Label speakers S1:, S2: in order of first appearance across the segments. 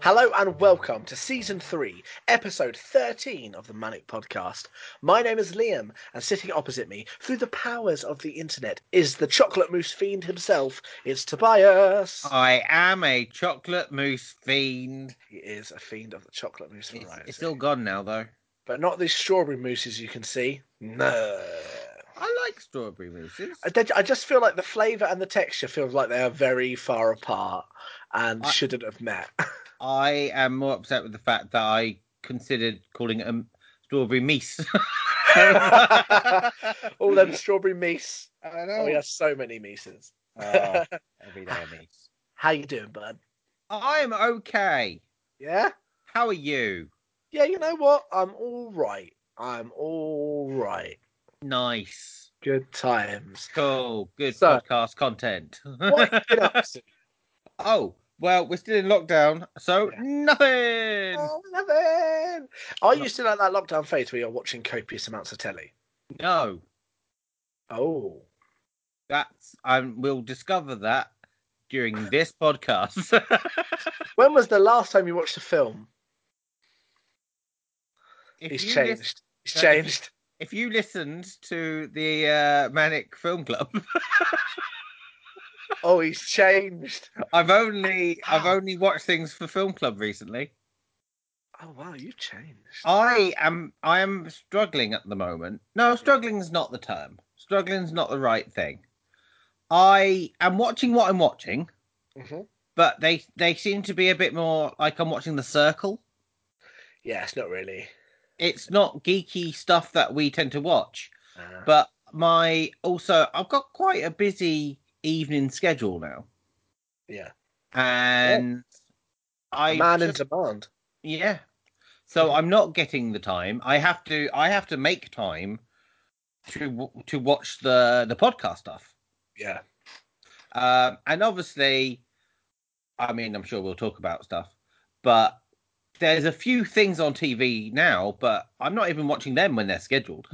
S1: Hello and welcome to season three, episode 13 of the Manic Podcast. My name is Liam, and sitting opposite me, through the powers of the internet, is the chocolate mousse fiend himself. It's Tobias.
S2: I am a chocolate mousse fiend.
S1: He is a fiend of the chocolate mousse
S2: It's,
S1: variety.
S2: it's all gone now, though.
S1: But not these strawberry mousses you can see. No.
S2: I like strawberry mousses.
S1: I did- I just feel like the flavour and the texture feel like they are very far apart and
S2: I-
S1: shouldn't have met.
S2: I am more upset with the fact that I considered calling it a m- strawberry meese.
S1: all them strawberry meese.
S2: I
S1: Oh,
S2: know.
S1: we have so many meeses.
S2: Oh, every day a meese.
S1: How you doing, bud?
S2: I'm okay.
S1: Yeah?
S2: How are you?
S1: Yeah, you know what? I'm all right. I'm all right.
S2: Nice.
S1: Good times.
S2: Cool. Good
S1: So-
S2: podcast content.
S1: What have you been up to?
S2: oh, well, we're still in lockdown, so
S1: Yeah.
S2: nothing.
S1: Oh, nothing. Are you still at that lockdown phase where you're watching copious amounts of telly?
S2: No.
S1: Oh.
S2: That's and we'll discover that during this podcast.
S1: When was the last time you watched a film?
S2: if
S1: He's
S2: you
S1: changed.
S2: lis-
S1: He's
S2: that-
S1: changed.
S2: if you listened to the uh, Manic Film Club,
S1: Oh, he's changed.
S2: I've only I've
S1: Ow.
S2: only watched things for Film Club recently.
S1: Oh wow, you've changed.
S2: I am I am struggling at the moment. No, struggling's not the term. Struggling's not the right thing. I am watching what I'm watching, Oh.
S1: Mhm.
S2: but they they seem to be a bit more like I'm watching The Circle.
S1: Yeah, it's not really.
S2: It's not geeky stuff that we tend to watch.
S1: Uh,
S2: but my also I've got quite a busy evening schedule now,
S1: yeah,
S2: and I
S1: man
S2: just-
S1: in demand.
S2: yeah, so
S1: Mhm.
S2: I'm not getting the time. I have to I have to make time to w- to watch the the podcast stuff,
S1: Yeah,
S2: um, and obviously, I mean I'm sure we'll talk about stuff, but. There's a few things on TV now, but I'm not even watching them when they're scheduled.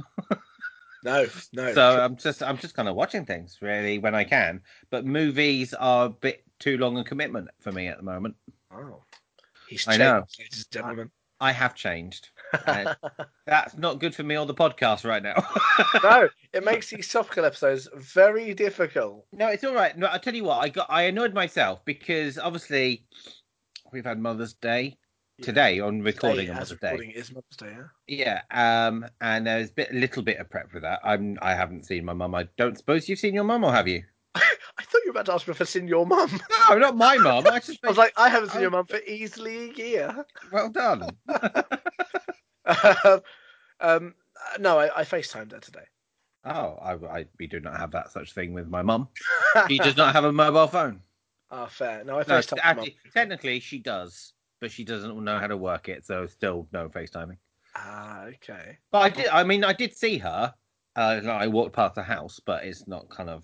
S1: no, no.
S2: so I'm just I'm just kind of watching things really when I can. But movies are a bit too long a commitment for me at the moment.
S1: wow, he's
S2: I
S1: changed,
S2: know.
S1: ladies and gentlemen.
S2: I have changed. And that's not good for me or the podcast right now.
S1: no, it makes these softcore episodes very difficult.
S2: no, it's all right. No, I'll tell you what. I got I annoyed myself because obviously we've had Mother's Day today on recording
S1: Today,
S2: on
S1: as
S2: Mother's Day.
S1: recording is Mother's Day. Yeah?
S2: Yeah, um, and there's a bit, little bit of prep for that. I'm I haven't seen my mum. I don't suppose you've seen your mum, or have you?
S1: I thought you were about to ask me if I've seen your mum.
S2: No, not my mum. I just
S1: I was like, I haven't seen
S2: Oh.
S1: your mum for easily a year.
S2: well done.
S1: um, uh, no, I, I FaceTimed her today.
S2: Oh, I, I we do not have that such thing with my mum. She does not have a mobile phone.
S1: Ah, fair. No, I
S2: No,
S1: FaceTimed my mum.
S2: actually, technically she does, but she doesn't know how to work it, so still no FaceTiming.
S1: Ah, okay.
S2: But I did. I mean, I did see her. Uh, like, I walked past the house, but it's not kind of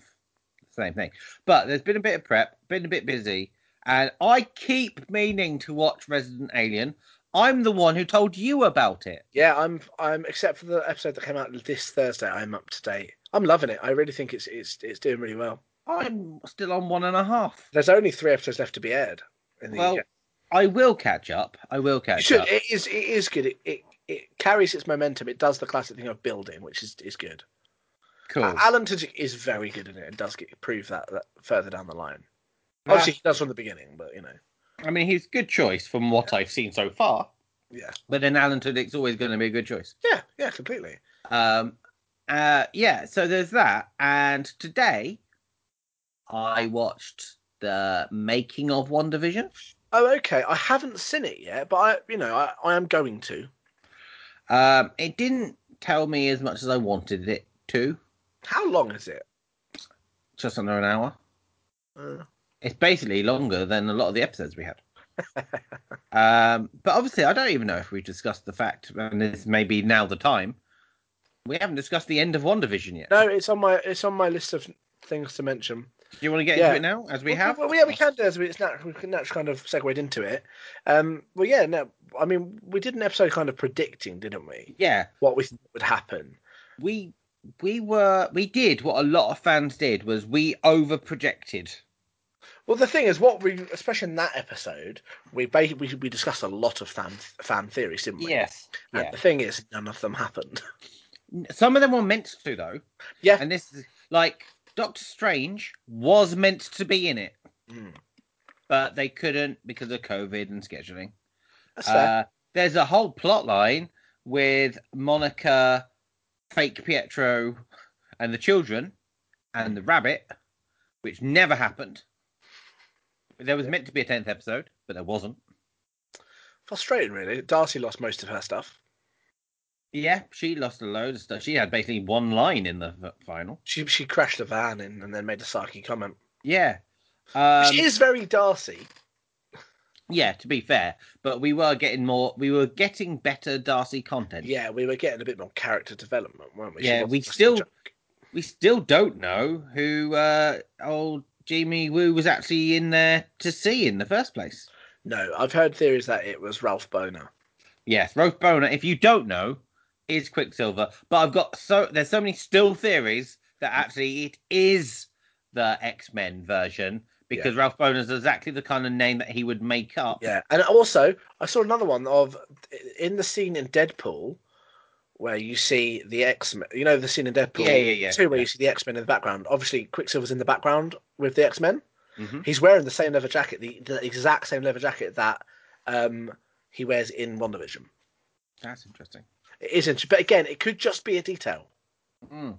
S2: the same thing. But there's been a bit of prep, been a bit busy, and I keep meaning to watch Resident Alien. I'm the one who told you about it.
S1: Yeah, I'm. I'm. Except for the episode that came out this Thursday, I'm up to date. I'm loving it. I really think it's it's it's doing really well.
S2: I'm still on one and a half.
S1: There's only three episodes left to be aired. In the
S2: Well,
S1: UK.
S2: I will catch up. I will
S1: You
S2: catch
S1: should.
S2: up.
S1: It is. It is good. It, it it carries its momentum. It does the classic thing of building, which is is good.
S2: Cool.
S1: Uh, Alan Tudyk is very good in it and does get prove that, that further down the line.
S2: Ah.
S1: Obviously, he does from the beginning, but you know,
S2: I mean, he's a good choice from what I've seen so far.
S1: yeah,
S2: But then Alan Tudyk's always going to be a good choice.
S1: yeah, yeah, completely.
S2: Um, uh, yeah. So there's that. And today, I watched the making of One Division.
S1: Oh, okay. I haven't seen it yet, but I, you know, I, I am going to.
S2: Um, it didn't tell me as much as I wanted it to.
S1: How long is it?
S2: Just under an hour.
S1: Uh,
S2: It's basically longer than a lot of the episodes we had. um, but obviously, I don't even know if we discussed the fact, and this may be now the time. We haven't discussed the end of One Division yet.
S1: no, it's on my it's on my list of things to mention.
S2: Do you want to get
S1: Yeah.
S2: into it now, as we
S1: Well,
S2: have?
S1: Well, yeah, we can do as we, it's natural. We can naturally kind of segued into it. Um, well, yeah. No, I mean, we did an episode kind of predicting, didn't we?
S2: Yeah,
S1: What we thought would happen.
S2: we we were we did what a lot of fans did was we over projected.
S1: Well, the thing is, what we, especially in that episode, we ba- we, we discussed a lot of fan fan theories, didn't we?
S2: Yes.
S1: And
S2: Yeah.
S1: the thing is, none of them happened.
S2: Some of them were meant to though.
S1: Yeah.
S2: And this is like Doctor Strange was meant to be in it, Hmm.
S1: Mm.
S2: but they couldn't because of COVID and scheduling.
S1: That's fair.
S2: Uh, there's a whole plot line with Monica, fake Pietro, and the children, and the rabbit, which never happened. There was meant to be a tenth episode, but there wasn't.
S1: Frustrating, really. Darcy lost most of her stuff.
S2: Yeah, she lost a load of stuff. She had basically one line in the f- final.
S1: She she crashed the van in and then made a sarky comment.
S2: Yeah. Um,
S1: Which is very Darcy.
S2: yeah, to be fair, but we were getting more, we were getting better Darcy content.
S1: Yeah, we were getting a bit more character development, weren't we? She
S2: Yeah,
S1: wasn't
S2: we
S1: just a
S2: still-
S1: joke.
S2: we still don't know who uh, old Jamie Woo was actually in there to see in the first place.
S1: No, I've heard theories that it was Ralph Boner.
S2: Yes, Ralph Boner, if you don't know, is Quicksilver. But I've got so there's so many still theories that actually it is the X Men version because Ralph Boner's exactly the kind of name that he would make up.
S1: Yeah, and also I saw another one of in the scene in Deadpool where you see the X Men. You know the scene in Deadpool,
S2: Yeah, yeah, yeah,
S1: Two where
S2: yeah.
S1: you see the X Men in the background. Obviously, Quicksilver's in the background with the X Men.
S2: Mhm.
S1: He's wearing the same leather jacket, the, the exact same leather jacket that um, he wears in WandaVision.
S2: That's interesting.
S1: It is interesting, but again, it could just be a detail.
S2: Mm.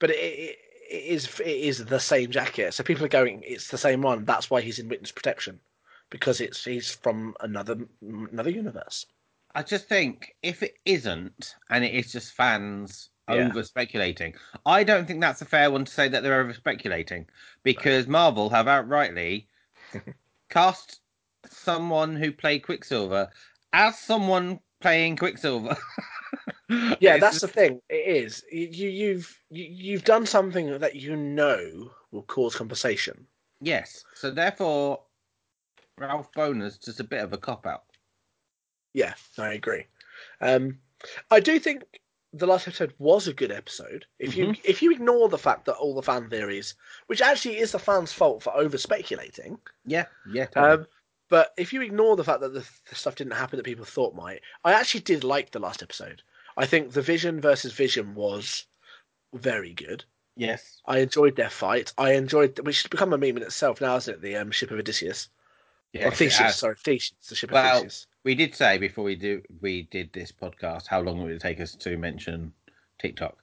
S1: But it, it, it is it is the same jacket, so people are going, it's the same one. That's why he's in witness protection because it's he's from another another universe.
S2: I just think if it isn't and it is just fans
S1: Yeah.
S2: over speculating, I don't think that's a fair one to say that they're over speculating because Marvel have outrightly cast someone who played Quicksilver as someone playing Quicksilver.
S1: Yeah,
S2: It's
S1: that's
S2: just-
S1: the thing. It is you, you you've you, you've done something that you know will cause conversation.
S2: yes. So therefore, Ralph Boner's just a bit of a cop out.
S1: Yeah, I agree. Um, I do think the last episode was a good episode. If you
S2: Mm-hmm.
S1: if you ignore the fact that all the fan theories, which actually is the fans' fault for over speculating,
S2: Yeah, yeah. totally.
S1: um, but if you ignore the fact that the, the stuff didn't happen that people thought might, I actually did like the last episode. I think the Vision versus Vision was very good.
S2: yes.
S1: I enjoyed their fight. I enjoyed, which has become a meme in itself now, isn't it? The um, ship of Odysseus,
S2: Yeah,
S1: or Theseus,
S2: it has.
S1: sorry, Theseus, the ship of
S2: Well,
S1: Theseus.
S2: We did say before we do we did this podcast how long it would take us to mention TikTok.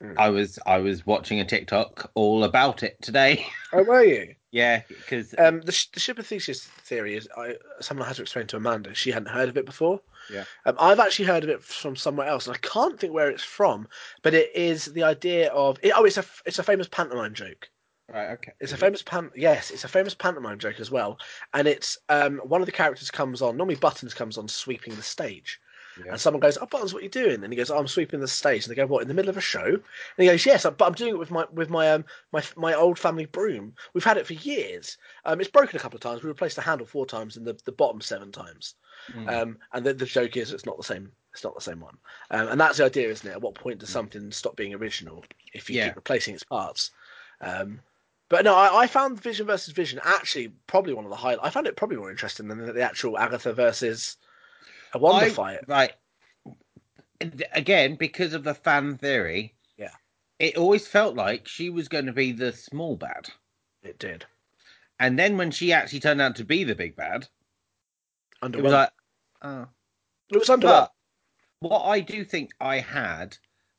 S1: Mm.
S2: I was I was watching a TikTok all about it today.
S1: Oh, were you?
S2: yeah, because
S1: Um, the, sh- the ship of Theseus theory is I, someone had to explain to Amanda. She hadn't heard of it before.
S2: Yeah.
S1: Um, I've actually heard of it from somewhere else, and I can't think where it's from. But it is the idea of it, oh, it's a f- it's a famous pantomime joke.
S2: right, okay,
S1: It's a famous pan yes, it's a famous pantomime joke as well. And it's um, one of the characters comes on. Normally, Buttons comes on sweeping the stage,
S2: Yeah.
S1: and someone goes, "Oh, Buttons, what are you doing?" And he goes, oh, "I'm sweeping the stage." And they go, "What in the middle of a show?" And he goes, "Yes, but I'm doing it with my with my um my my old family broom. We've had it for years. Um, it's broken a couple of times. We replaced the handle four times and the, the bottom seven times.
S2: Mm.
S1: Um, and the, the joke is it's not the same. It's not the same one. Um, and that's the idea, isn't it? At what point does something stop being original if you
S2: Mm. Yeah.
S1: keep replacing its parts? Um, but no, I, I found Vision versus Vision actually probably one of the highlights. I found it probably more interesting than the, the actual Agatha versus a Wonder
S2: I-
S1: fight.
S2: right. And Again, because of the fan theory,
S1: Yeah.
S2: it always felt like she was going to be the small bad,
S1: It did.
S2: and then when she actually turned out to be the big bad, it was
S1: Underwhelming.
S2: like, oh,
S1: It was under.
S2: But what I do think I had,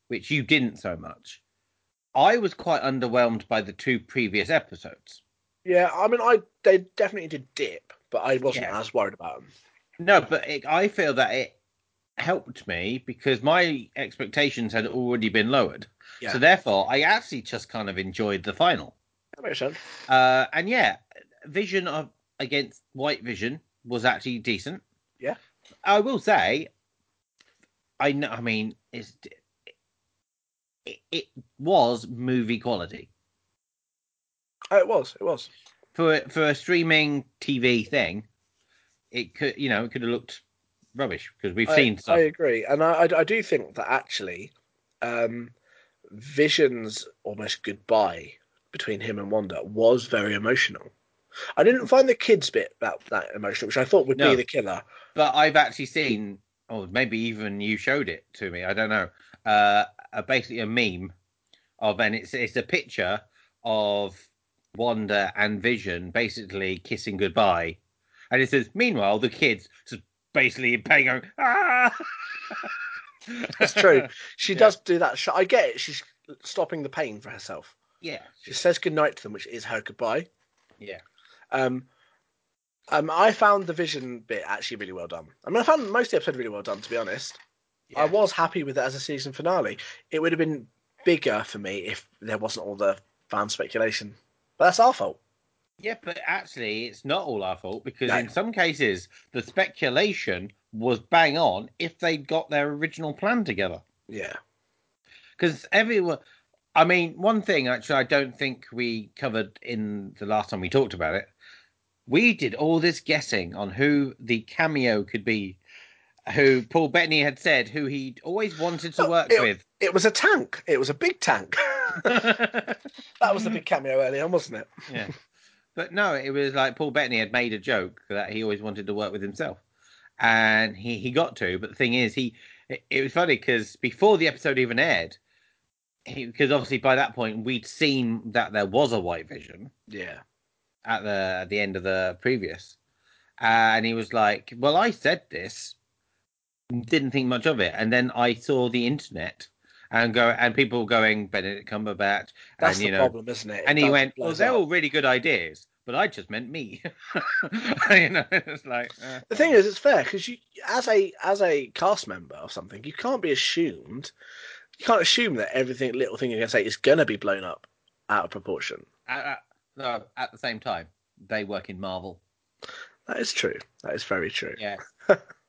S2: which you didn't so much, I was quite underwhelmed by the two previous episodes.
S1: yeah, I mean, I they definitely did dip, but I wasn't
S2: Yeah.
S1: as worried about them.
S2: No, but it, I feel that it helped me because my expectations had already been lowered.
S1: Yeah.
S2: So therefore, I actually just kind of enjoyed the final.
S1: That makes sense.
S2: Uh, and yeah, Vision of against White Vision was actually decent.
S1: Yeah.
S2: I will say, I know. I mean, it's, it, it was movie quality
S1: Oh, it was. It was.
S2: for for a streaming TV thing. It could, you know, it could have looked rubbish because we've
S1: I-
S2: seen
S1: I
S2: stuff.
S1: agree, and I, I, I do think that actually, um, Vision's almost goodbye between him and Wanda was very emotional. I didn't find the kids bit that, that emotional, which I thought would
S2: No.
S1: be the killer.
S2: But I've actually seen, or maybe even you showed it to me. I don't know. Uh, a, basically a meme of, and it's it's a picture of Wanda and Vision basically kissing goodbye, and it says, meanwhile the kids just basically in pain going, ah.
S1: That's true. She
S2: Yeah.
S1: does do that. shot. I get it. She's stopping the pain for herself.
S2: yeah,
S1: She says goodnight to them, which is her goodbye.
S2: yeah.
S1: Um, um, I found the vision bit actually really well done. I mean, I found most of the episode really well done, to be honest. I
S2: yeah.
S1: was happy with it as a season finale. It would have been bigger for me if there wasn't all the fan speculation. But that's our fault.
S2: Yeah, but actually, it's not all our fault because
S1: No.
S2: in some cases, the speculation was bang on if they'd got their original plan together.
S1: Yeah.
S2: Because everyone, I mean, one thing actually, I don't think we covered in the last time we talked about it. We did all this guessing on who the cameo could be, who Paul Bettany had said who he'd always wanted to
S1: Well,
S2: work
S1: it-
S2: with.
S1: It was a tank. It was a big tank. that was the big
S2: Mm-hmm.
S1: cameo early on, wasn't it?
S2: yeah. But no, it was like Paul Bettany had made a joke that he always wanted to work with himself, and he he got to. But the thing is, he it, it was funny because before the episode even aired, because obviously by that point we'd seen that there was a White Vision
S1: Yeah.
S2: at the at the end of the previous, and he was like, "Well, I said this, didn't think much of it," and then I saw the internet and go and people going Benedict Cumberbatch,
S1: That's
S2: and you
S1: the
S2: know
S1: problem, isn't it? It
S2: and he
S1: does-
S2: went, "Well,
S1: blows
S2: they're
S1: up.
S2: all really good ideas, but I just meant me." you know, it's like uh,
S1: The thing is, it's fair because you, as a as a cast member or something, you can't be assumed. You can't assume that everything little thing you're gonna say is gonna be blown up out of proportion.
S2: at, at- no, at the same time, they work in Marvel.
S1: That is true. That is very true.
S2: Yeah,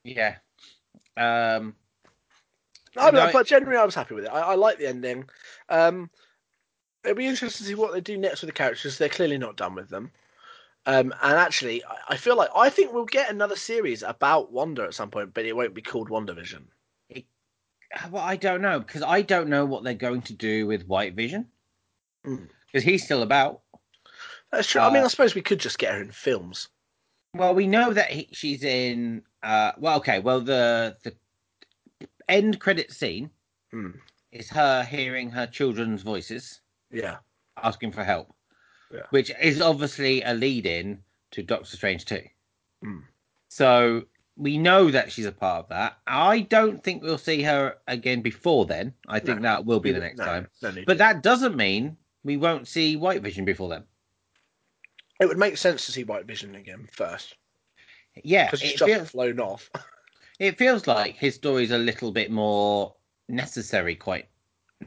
S2: yeah. Um,
S1: I mean,
S2: No,
S1: but generally, I was happy with it. I, I like the ending. Um, it'll be interesting to see what they do next with the characters. They're clearly not done with them. Um, and actually, I, I feel like I think we'll get another series about Wanda at some point, but it won't be called WandaVision.
S2: well, I don't know because I don't know what they're going to do with White Vision
S1: Mm.
S2: because he's still about.
S1: That's true.
S2: Uh,
S1: I mean, I suppose we could just get her in films.
S2: Well, we know that he, she's in. Uh, well, okay. Well, the the end credit scene
S1: Mm.
S2: is her hearing her children's voices.
S1: Yeah,
S2: asking for help,
S1: Yeah.
S2: which is obviously a lead in to Doctor Strange 2.
S1: Mm.
S2: So we know that she's a part of that. I don't think we'll see her again before then. I think
S1: No.
S2: that will be the next
S1: No,
S2: time.
S1: no need.
S2: But that doesn't mean we won't see White Vision before then.
S1: It would make sense to see White Vision again first
S2: Yeah,
S1: because he's
S2: it
S1: just
S2: feels,
S1: flown off.
S2: it feels like his story's a little bit more necessary quite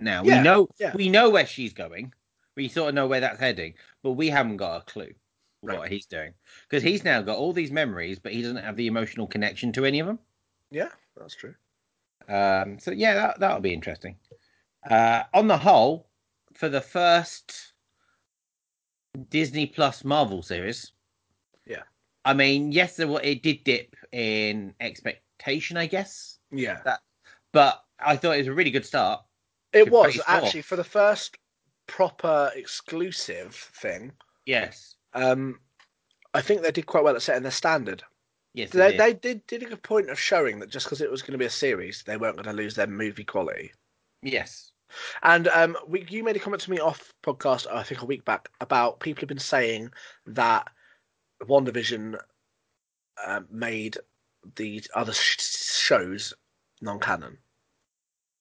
S2: now.
S1: Yeah,
S2: we know
S1: yeah.
S2: we know where she's going. We sort of know where that's heading, but we haven't got a clue
S1: Right.
S2: what he's doing because he's now got all these memories, but he doesn't have the emotional connection to any of them.
S1: Yeah, that's true.
S2: Um, so yeah, that that'll be interesting. Uh, on the whole, for the first Disney Plus Marvel series,
S1: Yeah.
S2: I mean, yes, there were, it did dip in expectation, I guess,
S1: Yeah,
S2: but I thought it was a really good start.
S1: it
S2: Good
S1: was
S2: phase four.
S1: actually for the first proper exclusive thing.
S2: Yes,
S1: Um, I think they did quite well at setting their standard.
S2: yes, it
S1: They,
S2: did.
S1: they did did a good point of showing that just because it was going to be a series, they weren't going to lose their movie quality.
S2: yes,
S1: And um, we, you made a comment to me off podcast, I think a week back, about people have been saying that WandaVision um made the other sh- shows non-canon.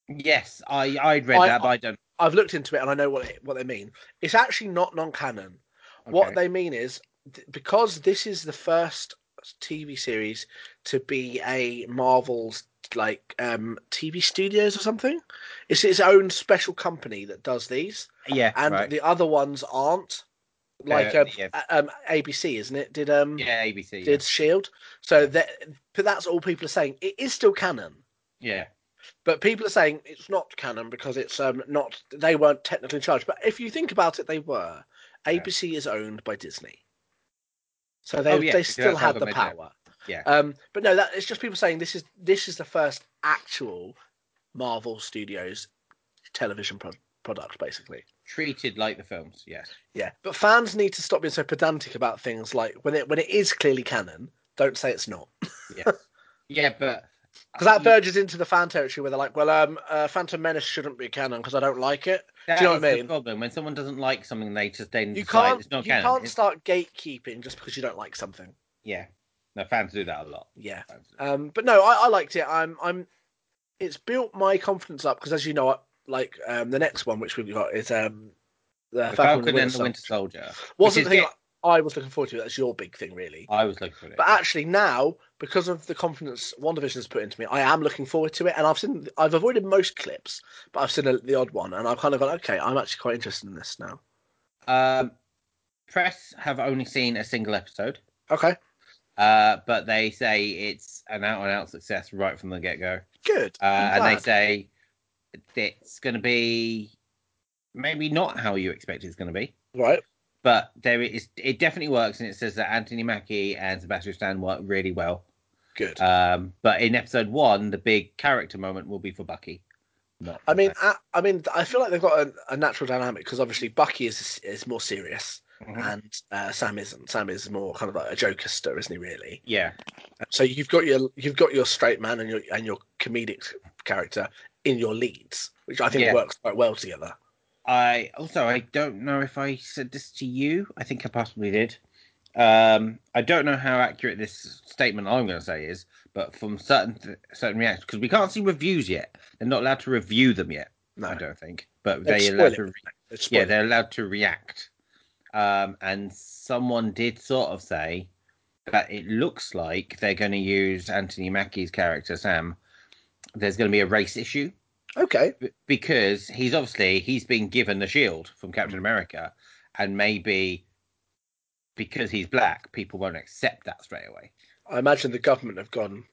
S2: yes. I I'd read
S1: I-
S2: that, but I don't.
S1: I've looked into it and I know what it, what they mean. It's actually not non-canon. What
S2: okay.
S1: they mean is th- because this is the first TV series to be a Marvel's like um, TV studios or something. It's its own special company that does these,
S2: yeah,
S1: and
S2: right.
S1: the other ones aren't. Like
S2: Uh,
S1: um,
S2: yeah.
S1: a- um, ABC, isn't it? Did um
S2: yeah, ABC. yeah.
S1: did Shield? E So that but that's all people are saying. It is still canon.
S2: yeah,
S1: But people are saying it's not canon because it's um, not they weren't technically in charge. But if you think about it, they were.
S2: Yeah.
S1: ABC is owned by Disney, so they
S2: Oh, yeah,
S1: they
S2: because
S1: still
S2: that's how
S1: had
S2: they
S1: the
S2: made it.
S1: power.
S2: Yeah.
S1: Um, but no, that it's just people saying this is this is the first actual Marvel Studios television pro- product, basically.
S2: Treated like the films, yes.
S1: Yeah, but fans need to stop being so pedantic about things like when it when it is clearly canon. Don't say it's not,
S2: Yeah, but
S1: because
S2: Mm.
S1: that verges into the fan territory where they're like, "Well, um, uh, Phantom Menace shouldn't be canon because I don't like it."
S2: that
S1: do you know what I
S2: is the
S1: mean?
S2: problem. When someone doesn't like something, they just then
S1: You
S2: decide
S1: can't
S2: Mm, it's not
S1: you
S2: canon.
S1: can't
S2: It's-
S1: start gatekeeping just because you don't like something.
S2: Yeah, no fans do that a lot.
S1: Yeah.
S2: Fans do-
S1: Um, but no, I, I liked it. I'm, I'm. It's built my confidence up because, as you know, I, like um, the next one which we've got is um, the,
S2: The
S1: Falcon,
S2: Falcon
S1: and the Winter,
S2: and the Winter
S1: Soldier.
S2: Soldier
S1: Wasn't
S2: which
S1: the
S2: is
S1: thing
S2: good.
S1: I was looking forward to. That's your big thing, really.
S2: I was looking for it.
S1: But actually, now because of the confidence WandaVision has put into me, I am looking forward to it. And I've seen, I've avoided most clips, but I've seen a, the odd one, and I've kind of gone, okay, I'm actually quite interested in this now.
S2: Um, press have only seen a single episode,
S1: Okay,
S2: uh, but they say it's an out and out success right from the get go.
S1: good.
S2: Uh,
S1: I'm
S2: and they
S1: glad.
S2: say it's going to be maybe not how you expect it's going to be,
S1: right,
S2: but there is it definitely works. And it says that Anthony Mackie and Sebastian Stan work really well.
S1: good.
S2: Um, but in episode one, the big character moment will be for Bucky. Not
S1: I
S2: for
S1: mean,
S2: Sam.
S1: I, I mean, I feel like they've got a, a natural dynamic because obviously Bucky is is more serious,
S2: Mhm.
S1: and uh, Sam isn't. Sam is more kind of like a jokester, isn't he? Really.
S2: yeah,
S1: So you've got your you've got your straight man and your and your comedic character in your leads, which I think
S2: Yeah.
S1: works quite well together.
S2: I also I don't know if I said this to you. I think I possibly did. Um, I don't know how accurate this statement I'm going to say is, but from certain th- certain reactions because we can't see reviews yet. They're not allowed to review them yet.
S1: No,
S2: I don't think, but
S1: They'd
S2: they
S1: spoil
S2: allowed
S1: it.
S2: to. Re-
S1: It's
S2: yeah,
S1: spoiler.
S2: they're allowed to react. Um, and someone did sort of say that it looks like they're going to use Anthony Mackie's character Sam. There's going to be a race issue
S1: okay.
S2: b- because he's obviously he's been given the shield from Captain America, and maybe because he's black, people won't accept that straight away.
S1: I imagine the government have gone.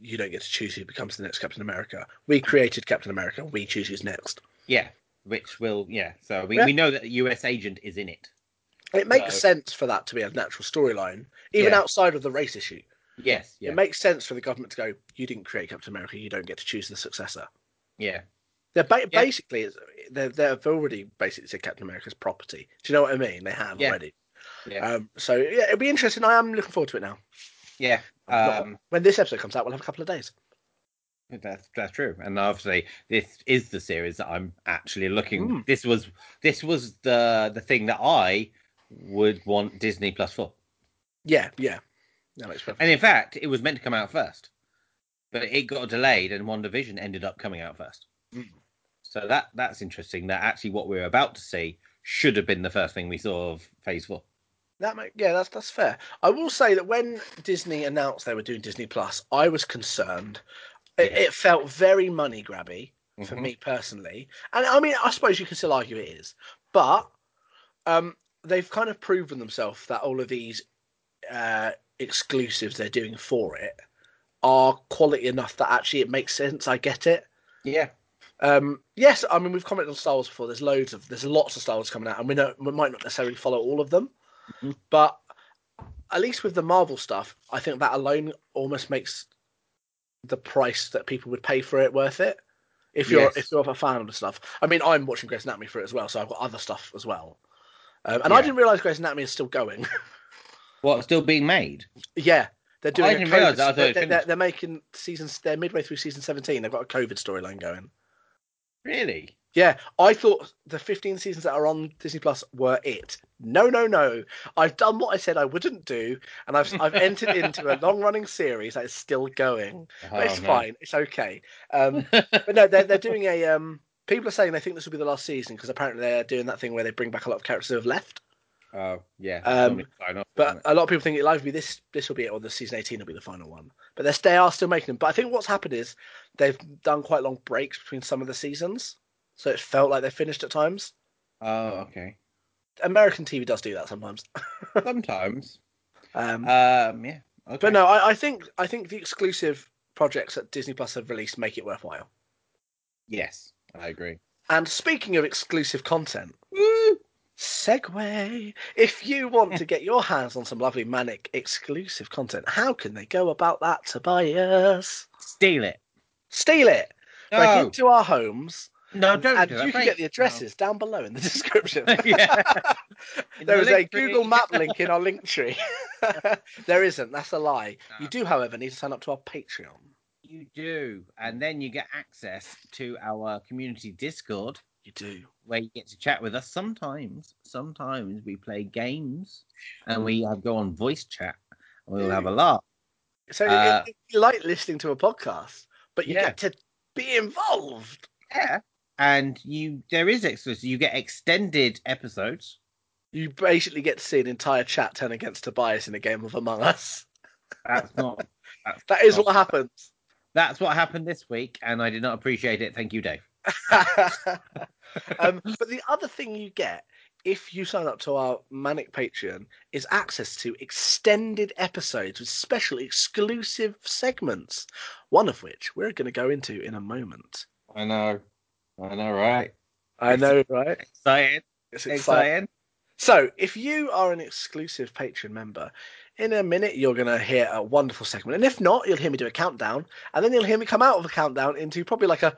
S1: You don't get to choose who becomes the next Captain America. We created Captain America. We choose who's next.
S2: Yeah, which will yeah. So we,
S1: Yeah.
S2: we know that the U.S. agent is in it.
S1: It makes
S2: No.
S1: sense for that to be a natural storyline, even
S2: Yeah.
S1: outside of the race issue.
S2: Yes, yeah,
S1: It makes sense for the government to go, you didn't create Captain America, you don't get to choose the successor.
S2: yeah,
S1: They're ba-
S2: Yeah.
S1: basically, they're, they've already basically said Captain America's property. Do you know what I mean? They have
S2: Yeah.
S1: already.
S2: yeah,
S1: Um, so, yeah, it'll be interesting. I am looking forward to it now.
S2: yeah.
S1: I've
S2: Um,
S1: When this episode comes out, we'll have a couple of days.
S2: that's that's true. And obviously, this is the series that I'm actually looking.
S1: Mm.
S2: This was this was the the thing that I would want Disney Plus for.
S1: Yeah, yeah. That makes perfect
S2: And in fact, it was meant to come out first, but it got delayed, and WandaVision ended up coming out first.
S1: Mm.
S2: So that that's interesting. That actually, what we were about to see should have been the first thing we saw of Phase Four.
S1: That make, yeah, that's that's fair. I will say that when Disney announced they were doing Disney Plus, I was concerned. It,
S2: Yeah.
S1: it felt very money grabby for
S2: Mhm.
S1: me personally, and I mean, I suppose you can still argue it is, but um, they've kind of proven themselves that all of these uh, exclusives they're doing for it are quality enough that actually it makes sense. I get it.
S2: Yeah,
S1: Um, yes, I mean we've commented on Star Wars before. There's loads of there's lots of Star Wars coming out, and we know we might not necessarily follow all of them,
S2: Mhm.
S1: but at least with the Marvel stuff, I think that alone almost makes the price that people would pay for it worth it. If you're
S2: Yes.
S1: if you're a fan of the stuff, I mean, I'm watching Grey's Anatomy for it as well, so I've got other stuff as well. Um, and I
S2: Yeah.
S1: didn't realize Grey's Anatomy is still going.
S2: what's still being made?
S1: yeah, they're doing.
S2: I
S1: a
S2: didn't
S1: COVID
S2: realise that. I thought
S1: they're,
S2: it
S1: they're,
S2: finished.
S1: they're making seasons. They're midway through season 17. They've got a COVID storyline going.
S2: Really?
S1: Yeah, I thought the 15 seasons that are on Disney Plus were it. No, no, no. I've done what I said I wouldn't do, and I've I've entered into a long-running series that is still going. But it's
S2: Oh, no.
S1: fine. It's okay. Um, but no, they're they're doing a. Um, people are saying they think this will be the last season because apparently they're doing that thing where they bring back a lot of characters who have left.
S2: Oh yeah.
S1: Um,
S2: Normally sign off,
S1: But
S2: isn't it?
S1: a lot of people think it'll either be this this will be it or the season 18 will be the final one. But they're, they are still making them. But I think what's happened is they've done quite long breaks between some of the seasons, so it felt like they finished at times.
S2: oh okay.
S1: American TV does do that sometimes.
S2: Sometimes.
S1: Um,
S2: Um, yeah. Okay.
S1: But no, I, I think I think the exclusive projects that Disney Plus have released make it worthwhile.
S2: Yes, I agree.
S1: And speaking of exclusive content,
S2: Woo!
S1: segue. If you want to get your hands on some lovely manic exclusive content, how can they go about that, Tobias?
S2: Steal it.
S1: Steal it. Break
S2: No.
S1: into our homes
S2: No,
S1: And-
S2: don't
S1: and
S2: do
S1: you
S2: that,
S1: can
S2: mate.
S1: get the addresses down below in the description.
S2: No. yeah.
S1: there is a
S2: Link
S1: Google
S2: tree.
S1: Map link in our link tree. there isn't. That's a lie. You
S2: No.
S1: do, however, need to sign up to our Patreon.
S2: You do, and then you get access to our community Discord,
S1: You do.
S2: where you get to chat with us. Sometimes, sometimes we play games, and we have go on voice chat, and we'll have a laugh.
S1: So
S2: Uh,
S1: it, it's like listening to a podcast, but you
S2: Yeah.
S1: get to be involved.
S2: Yeah, and you there is exclusive. You get extended episodes.
S1: You basically get to see an entire chat turn against Tobias in a game of Among Us.
S2: That's not. that's,
S1: That is
S2: not-
S1: what happens.
S2: That's what happened this week, and I did not appreciate it. Thank you, Dave.
S1: um, but the other thing you get if you sign up to our Manic Patreon is access to extended episodes with special exclusive segments, one of which we're going to go into in a moment.
S2: I know. I know, right?
S1: I know, right?
S2: Exciting.
S1: It's exciting.
S2: Exciting.
S1: So, if you are an exclusive Patreon member, in a minute you're going to hear a wonderful segment. And if not, you'll hear me do a countdown, and then you'll hear me come out of a countdown into probably like a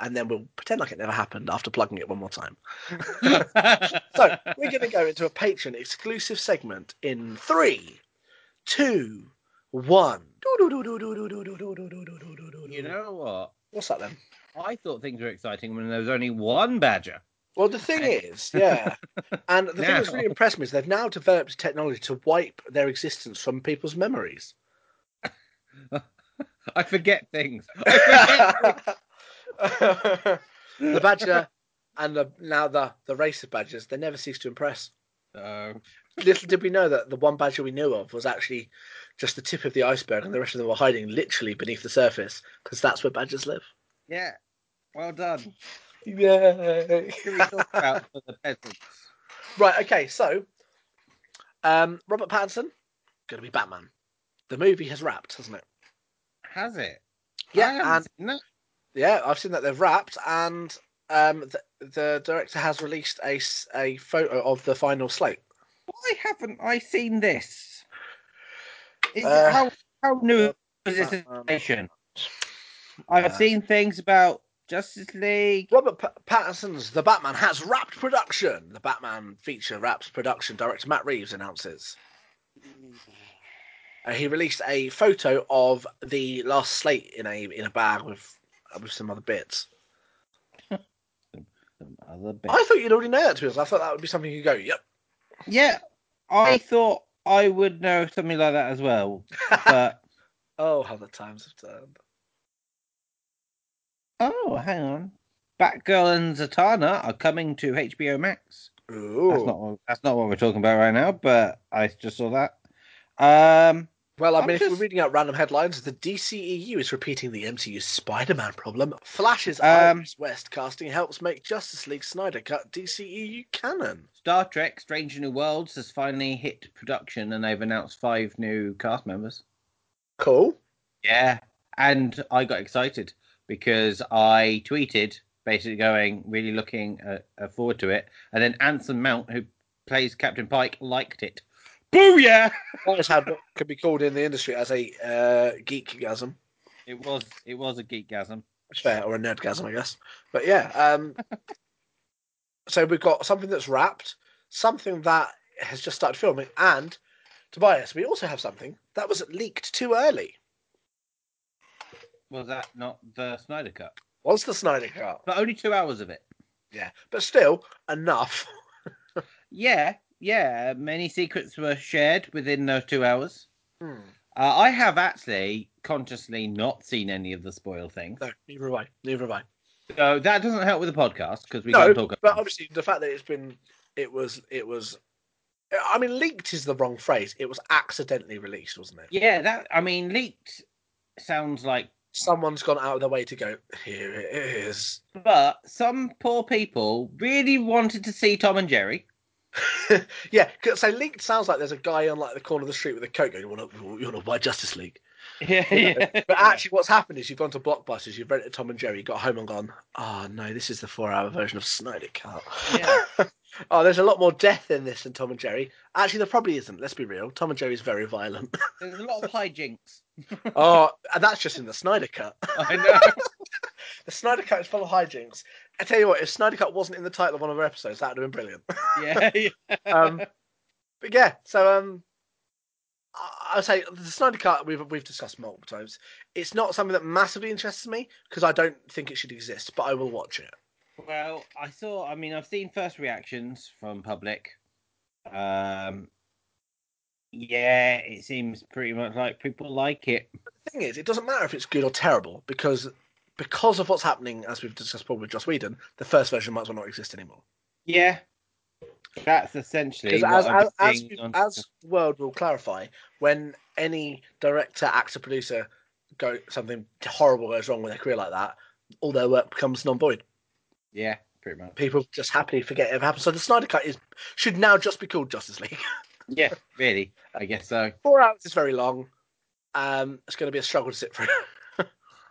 S1: and then we'll pretend like it never happened after plugging it one more time. So, we're going to go into a Patreon exclusive segment in three, two, one.
S2: you know what?
S1: What's that then?
S2: I thought things were exciting when there was only one badger.
S1: Well, the thing is, yeah, and the thing that's
S2: Now.
S1: really impressed me is they've now developed technology to wipe their existence from people's memories.
S2: I forget things. I forget
S1: the badger and the now the the race of badgers they never cease to impress.
S2: So,
S1: Little did we know that the one badger we knew of was actually just the tip of the iceberg, and the rest of them were hiding literally beneath the surface because that's where badgers live.
S2: yeah. Well done.
S1: Yeah.
S2: Should we talk about for the peasants?
S1: Right. Okay. So, um, Robert Pattinson going to be Batman. The movie has wrapped, hasn't it?
S2: Has it?
S1: Yeah,
S2: I haven't
S1: and-
S2: seen that.
S1: Yeah, I've seen that they've wrapped, and um, the, the director has released a, s- a photo of the final slate.
S2: Why haven't I seen this? Is it-
S1: Uh, um,
S2: how how new is this
S1: Batman.
S2: information? I've
S1: Uh,
S2: seen things about Justice League.
S1: Robert Pa- Pattinson's The Batman has wrapped production. The Batman feature wraps production. Director Matt Reeves announces. Uh, he released a photo of the last slate in a in a bag with with some other bits.
S2: Some other bit.
S1: I thought you'd already know that to us. I thought that would be something you go, yep.
S2: Yeah, I thought I would know something like that as well, but
S1: Oh, how the times have turned.
S2: Oh, hang on. Batgirl and Zatanna are coming to HBO Max.
S1: Ooh.
S2: That's not what- that's not what we're talking about right now, but I just saw that. Um,
S1: Well, I
S2: I'm
S1: mean, if
S2: just-
S1: we're reading out random headlines, the DCEU is repeating the MCU's Spider-Man problem. Flash's
S2: Um,
S1: Iris West casting helps make Justice League Snyder cut DCEU canon.
S2: Star Trek: Strange New Worlds has finally hit production, and they've announced five new cast members.
S1: Cool.
S2: Yeah, and I got excited because I tweeted basically going really looking uh, uh, forward to it, and then Anson Mount, who plays Captain Pike, liked it. Booyah!
S1: That is how it could be called in the industry as a uh, geekgasm.
S2: It was it was a geekgasm.
S1: Fair, or a nerdgasm, I guess. But yeah, um, so we've got something that's wrapped, something that has just started filming, and Tobias, we also have something that was leaked too early.
S2: Was that not the Snyder Cut?
S1: Was the Snyder cut?
S2: But only two hours of it.
S1: Yeah, but still enough.
S2: Yeah, yeah. Many secrets were shared within those two hours. Uh, I have actually consciously not seen any of the spoil things.
S1: No, neither have I. Neither have I.
S2: So that doesn't help with the podcast because we
S1: no,
S2: don't talk
S1: but
S2: about it.
S1: obviously the fact that it's been, it was, it was. I mean, leaked is the wrong phrase. It was accidentally released, wasn't it?
S2: Yeah, that, I mean, leaked sounds like.
S1: Someone's gone out of their way to go. Here it is.
S2: But some poor people really wanted to see Tom and Jerry.
S1: yeah, 'cause- so leaked sounds like there's a guy on like the corner of the street with a coat going, "You want to, you want to buy Justice League?"
S2: Yeah,
S1: But actually, what's happened is you've gone to Blockbusters, you've rented Tom and Jerry, got home and gone, "Oh no, this is the four-hour version of Snyder Cut."
S2: Yeah.
S1: oh, there's a lot more death in this than Tom and Jerry. Actually, there probably isn't. Let's be real. Tom and Jerry's very violent.
S2: There's a lot of hijinks.
S1: oh, and that's just in the Snyder Cut.
S2: I know.
S1: The Snyder Cut is full of hijinks. I tell you what, if Snyder Cut wasn't in the title of one of our episodes, that would have been brilliant.
S2: yeah, yeah.
S1: um, but yeah, so um, I- I'll say the Snyder Cut we've we've discussed multiple times. It's not something that massively interests me because I don't think it should exist, but I will watch it.
S2: Well, I saw. I mean, I've seen first reactions from public. Um, yeah, it seems pretty much like people like it.
S1: The thing is, it doesn't matter if it's good or terrible because because of what's happening, as we've discussed before with Joss Whedon, the first version might as well not exist anymore.
S2: Yeah, that's essentially
S1: Because
S2: what
S1: as,
S2: I'm
S1: as, as,
S2: seeing
S1: we-
S2: on-
S1: as World will clarify, when any director, actor, producer go something horrible goes wrong with their career like that, all their work becomes non void.
S2: yeah, pretty much.
S1: People just happily forget it ever happened. So the Snyder Cut is should now just be called Justice League.
S2: Yeah, really. I guess so.
S1: Four hours is very long. Um, it's going to be a struggle to sit through.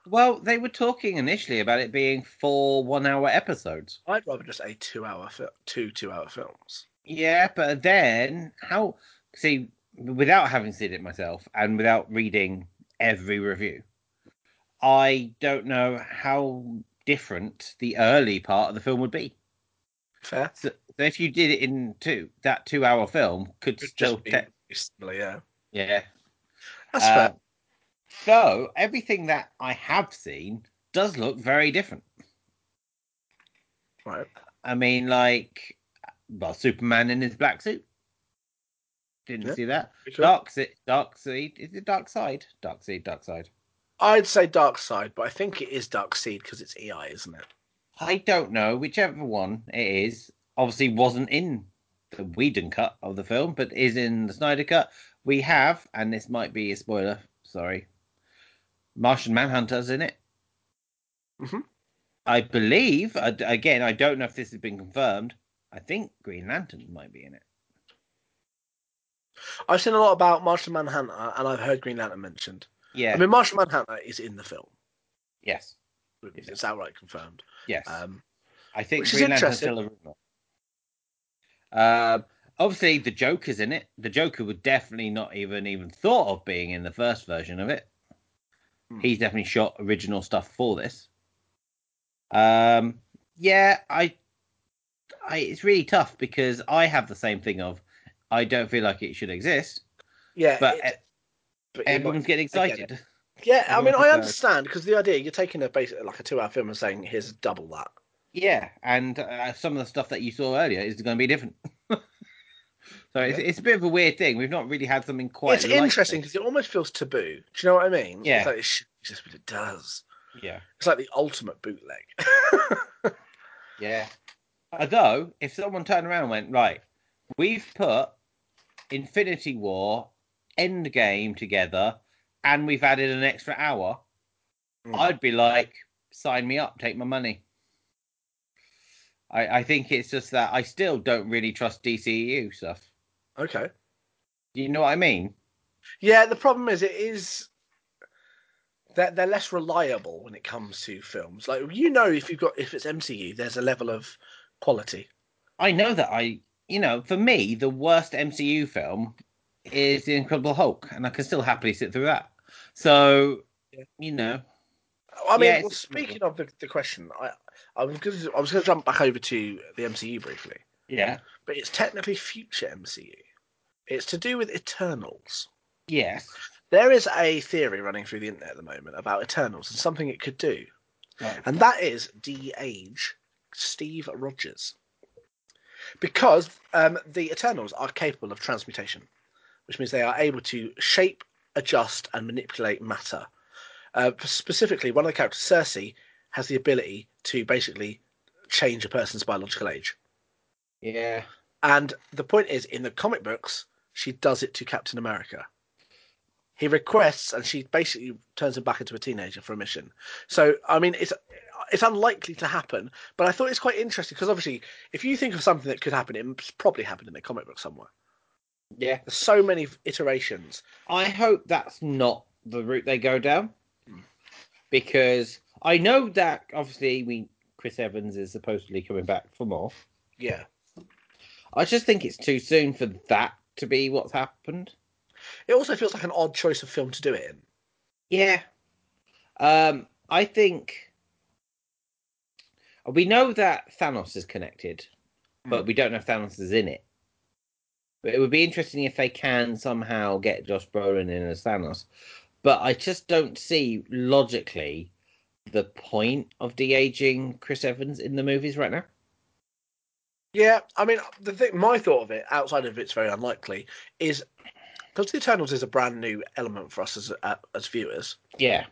S2: Well, they were talking initially about it being four one-hour episodes.
S1: I'd rather just a two-hour film, two two-hour films.
S2: Yeah, but then how? See, without having seen it myself and without reading every review, I don't know how different the early part of the film would be.
S1: Fair.
S2: So, so if you did it in two, that two-hour film could
S1: It'd
S2: still,
S1: just be
S2: te-
S1: similar, yeah.
S2: yeah.
S1: That's
S2: Uh,
S1: fair.
S2: So everything that I have seen does look very different.
S1: Right.
S2: I mean, like, well, Superman in his black suit. Didn't
S1: Yeah.
S2: see that.
S1: Pretty sure.
S2: Dark Side. Dark Side. Is it Dark Side? Dark Side. Dark Side.
S1: I'd say Dark Side, but I think it is Dark Seed because it's EI, isn't it?
S2: I don't know. Whichever one it is, obviously wasn't in the Whedon cut of the film, but is in the Snyder cut. We have, and this might be a spoiler. Sorry. Martian Manhunter's in it.
S1: Mhm.
S2: I believe. I- Again, I don't know if this has been confirmed. I think Green Lantern might be in it.
S1: I've seen a lot about Martian Manhunter, and I've heard Green Lantern mentioned.
S2: Yeah.
S1: I mean, Martian Manhunter is in the film;
S2: yes.
S1: it's outright confirmed.
S2: Yes.
S1: Um,
S2: I think
S1: Which is
S2: Green Lantern's
S1: interesting.
S2: still a rumor. Um, obviously, the Joker's in it. The Joker would definitely not even even thought of being in the first version of it.
S1: Hmm.
S2: He's definitely shot original stuff for this. Um, yeah, I, I, it's really tough because I have the same thing of, I don't feel like it should exist,
S1: yeah,
S2: but
S1: it- but you
S2: everyone's
S1: might-
S2: getting
S1: I get
S2: excited.
S1: yeah. I mean,
S2: everyone
S1: I
S2: prefers-
S1: understand because the idea you're taking a basic like a two-hour film and saying here's double that.
S2: Yeah, and uh, some of the stuff that you saw earlier is going to be different. so it's,
S1: Yeah.
S2: it's a bit of a weird thing. We've not really had something quite.
S1: it's
S2: like
S1: interesting
S2: this.
S1: because it almost feels taboo. Do you know what I mean?
S2: Yeah.
S1: It's like it should exist, but it does.
S2: Yeah,
S1: It's like the ultimate bootleg.
S2: yeah. Although, if someone turned around and went right, we've put Infinity War, Endgame together, and we've added an extra hour,
S1: Mm.
S2: I'd be like, sign me up, take my money. I, I think it's just that I still don't really trust DCEU stuff.
S1: okay.
S2: You know what I mean?
S1: Yeah, the problem is it is they're, they're less reliable when it comes to films. Like you know, if you've got if it's MCU, there's a level of quality.
S2: I know that I, you know, for me, the worst MCU film is The Incredible Hulk, and I can still happily sit through that. So,
S1: Yeah.
S2: you know,
S1: I mean,
S2: Yeah,
S1: well,
S2: it's-
S1: speaking of the, the question, I I was going to I was going to jump back over to the MCU briefly,
S2: yeah,
S1: but it's technically future MCU. It's to do with Eternals.
S2: yes,
S1: There is a theory running through the internet at the moment about Eternals and something it could do,
S2: Right.
S1: and that is de-age Steve Rogers, because um, the Eternals are capable of transmutation, which means they are able to shape, adjust, and manipulate matter. Uh, specifically, one of the characters, Cersei, has the ability to basically change a person's biological age.
S2: yeah.
S1: And the point is, in the comic books, she does it to Captain America. He requests, and she basically turns him back into a teenager for a mission. So, I mean, it's it's unlikely to happen, but I thought it's quite interesting because obviously, if you think of something that could happen, it's probably happened in a comic book somewhere.
S2: Yeah.
S1: There's so many iterations.
S2: I hope that's not the route they go down because I know that obviously we Chris Evans is supposedly coming back for more.
S1: Yeah,
S2: I just think it's too soon for that to be what's happened.
S1: it also feels like an odd choice of film to do it in.
S2: Yeah. Um, I think We know that Thanos is connected, but
S1: Mm.
S2: we don't know if Thanos is in it. But it would be interesting if they can somehow get Josh Brolin in as Thanos. But I just don't see logically the point of de aging Chris Evans in the movies right now.
S1: Yeah, I mean, the thing, my thought of it, outside of it's very unlikely, is because the Eternals is a brand new element for us as uh, as viewers.
S2: Yeah,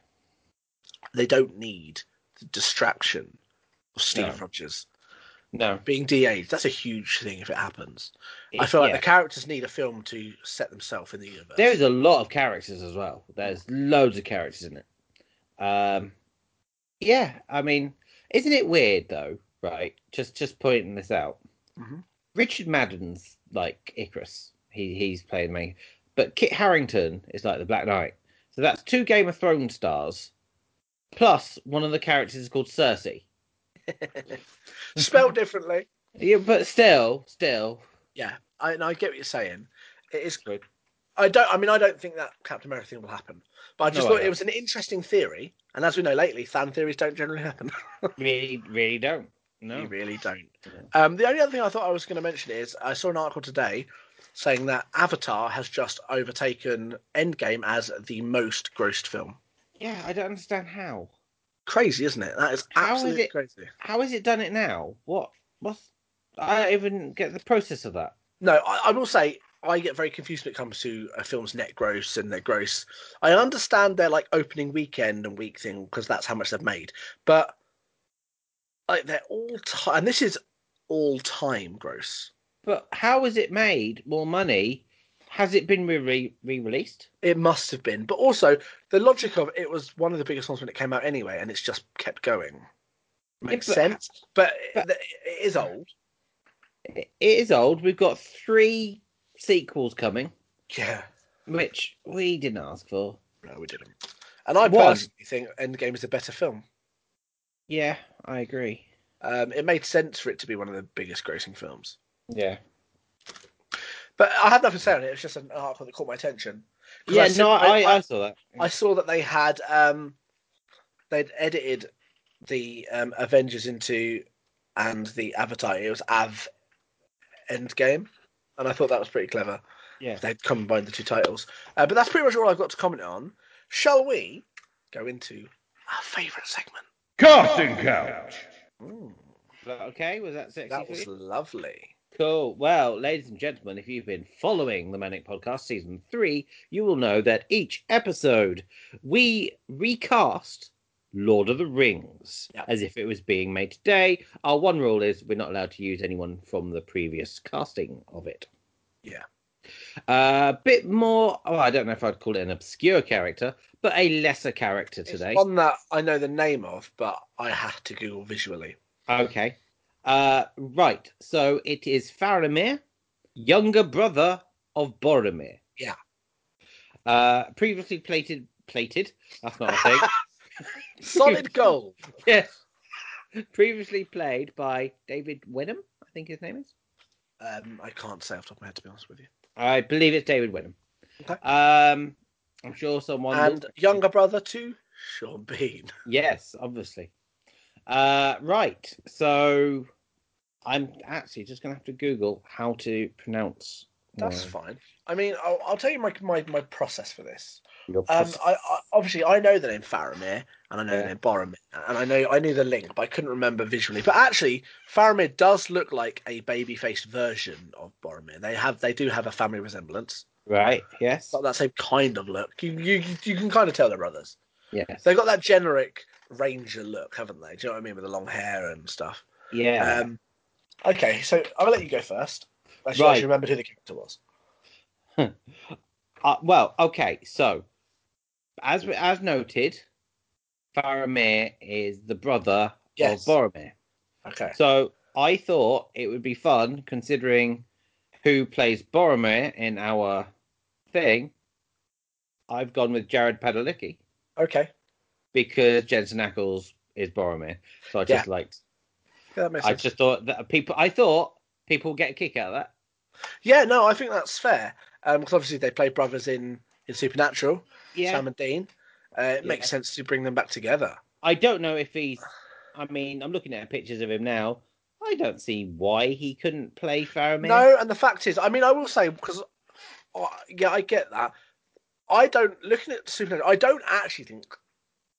S1: They don't need the distraction of Steve
S2: No.
S1: Rogers
S2: no.
S1: being de-aged. That's a huge thing if it happens. I
S2: It-
S1: feel like
S2: yeah.
S1: the characters need a film to set themselves in the universe.
S2: There's a lot of characters as well. There's loads of characters in it. Um, yeah, I mean, isn't it weird though? Right, just just pointing this out.
S1: Mhm.
S2: Richard Madden's like Icarus. He he's playing the main, but Kit Harrington is like the Black Knight. So that's two Game of Thrones stars, plus one of the characters is called Cersei.
S1: Spelled differently.
S2: Yeah, but still, still,
S1: Yeah, I, and I get what you're saying. It is.
S2: Good.
S1: I don't. I mean, I don't think that Captain America thing will happen. But I just
S2: No, I
S1: thought it
S2: don't.
S1: was an interesting theory. And as we know lately, fan theories don't generally happen.
S2: really, really don't.
S1: You
S2: No,
S1: really don't.
S2: Yeah.
S1: Um, the only other thing I thought I was going to mention is I saw an article today saying that Avatar has just overtaken Endgame as the most grossed film.
S2: yeah, I don't understand how.
S1: Crazy, isn't it? That is
S2: How is
S1: absolutely
S2: it-
S1: crazy.
S2: How is it done it now? What? What's? I don't even get the process of that.
S1: No, I, I will say I get very confused when it comes to a film's net gross and their gross. I understand their like opening weekend and week thing because that's how much they've made, but like they're all time, and this is all time gross.
S2: But how has it made more money? Has it been re released?
S1: It must have been, but also the logic of it was one of the biggest ones when it came out anyway, and it's just kept going. Makes
S2: but-
S1: sense, but,
S2: but-
S1: it- it is old.
S2: It is old. We've got three sequels coming,
S1: Yeah,
S2: which we didn't ask for.
S1: no, we didn't. And I
S2: One.
S1: personally think Endgame is a better film.
S2: Yeah, I agree.
S1: Um, it made sense for it to be one of the biggest grossing films.
S2: Yeah.
S1: But I had nothing to say on it. It was just an article that caught my attention. 'Cause
S2: Yeah,
S1: see-
S2: no, I, I,
S1: I,
S2: saw that.
S1: I saw that they had um, they'd edited the um, Avengers into and the Avatar. It was Av Endgame, and I thought that was pretty clever.
S2: yeah.
S1: They'd combined the two titles. Uh, but that's pretty much all I've got to comment on. Shall we go into our favourite segment?
S3: Casting couch.
S1: Mm,
S2: Is that okay, was that sexy?
S1: that
S2: for
S1: was
S2: you?
S1: lovely.
S2: Cool. Well, ladies and gentlemen, if you've been following the Manic Podcast season three, you will know that each episode we recast Lord of the Rings
S1: Yep.
S2: as if it was being made today. Our one rule is we're not allowed to use anyone from the previous casting of it.
S1: Yeah.
S2: A bit more, oh, I don't know if I'd call it an obscure character, but a lesser character today.
S1: It's one that I know the name of, but I had to Google visually.
S2: Okay. Uh, right. So it is Faramir, younger brother of Boromir.
S1: Yeah.
S2: Uh, previously plated. Plated. That's not a thing.
S1: Solid gold.
S2: yes. Previously played by David Wenham. I think his name is.
S1: Um, I can't say off the top of my head, to be honest with you.
S2: I believe it's David Wenham.
S1: Okay.
S2: Um, I'm sure someone. will-
S1: and younger brother to Sean Bean.
S2: Yes, obviously. Uh, right. So I'm actually just gonna have to Google how to pronounce.
S1: That's
S2: uh,
S1: fine. I mean, I'll, I'll tell you my, my, my process for this.
S2: your
S1: Um,
S2: process.
S1: I, I obviously I know the name Faramir and I know
S2: Yeah.
S1: the name Boromir and I know I knew the link, but I couldn't remember visually. But actually, Faramir does look like a baby-faced version of Boromir. They have they do have a family resemblance,
S2: Right. Yes.
S1: but that same kind of look. You you you can kind of tell they're brothers.
S2: Yes.
S1: They've got that generic ranger look, haven't they? Do you know what I mean with the long hair and stuff?
S2: Yeah.
S1: Um, okay, so I'll let you go first. I should
S2: Right.
S1: actually remember who the character was.
S2: Uh, well, okay. So, as we, as noted, Faramir is the brother
S1: Yes.
S2: of Boromir.
S1: Okay.
S2: So I thought it would be fun considering who plays Boromir in our thing. I've gone with Jared Padalecki
S1: Okay.
S2: because Jensen Ackles is Boromir. So I just liked.
S1: Yeah, that makes
S2: I
S1: sense.
S2: just thought that people. I thought people would get a kick out of that.
S1: Yeah, no, I think that's fair. Um, because obviously they play brothers in in Supernatural,
S2: Yeah.
S1: Sam and Dean. Uh, it makes
S2: Yeah.
S1: sense to bring them back together.
S2: I don't know if he's I mean, I'm looking at pictures of him now. I don't see why he couldn't play Faramir.
S1: No, and the fact is, I mean, I will say because, yeah, I get that. I don't looking at Supernatural. I don't actually think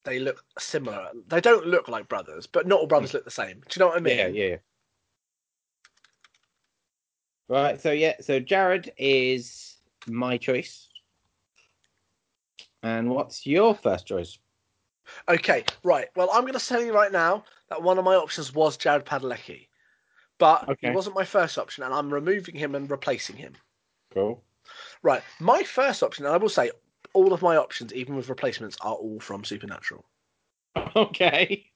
S1: they look similar. They don't look like brothers, but not all brothers look the same. Do you know what I mean?
S2: Hmm. Yeah, yeah. Right, so yeah, so Jared is my choice. And what's your first choice?
S1: Okay, right. Well, I'm going to tell you right now that one of my options was Jared Padalecki, but
S2: Okay.
S1: he wasn't my first option, and I'm removing him and replacing him.
S2: Cool.
S1: Right, my first option, and I will say all of my options, even with replacements, are all from Supernatural.
S2: Okay.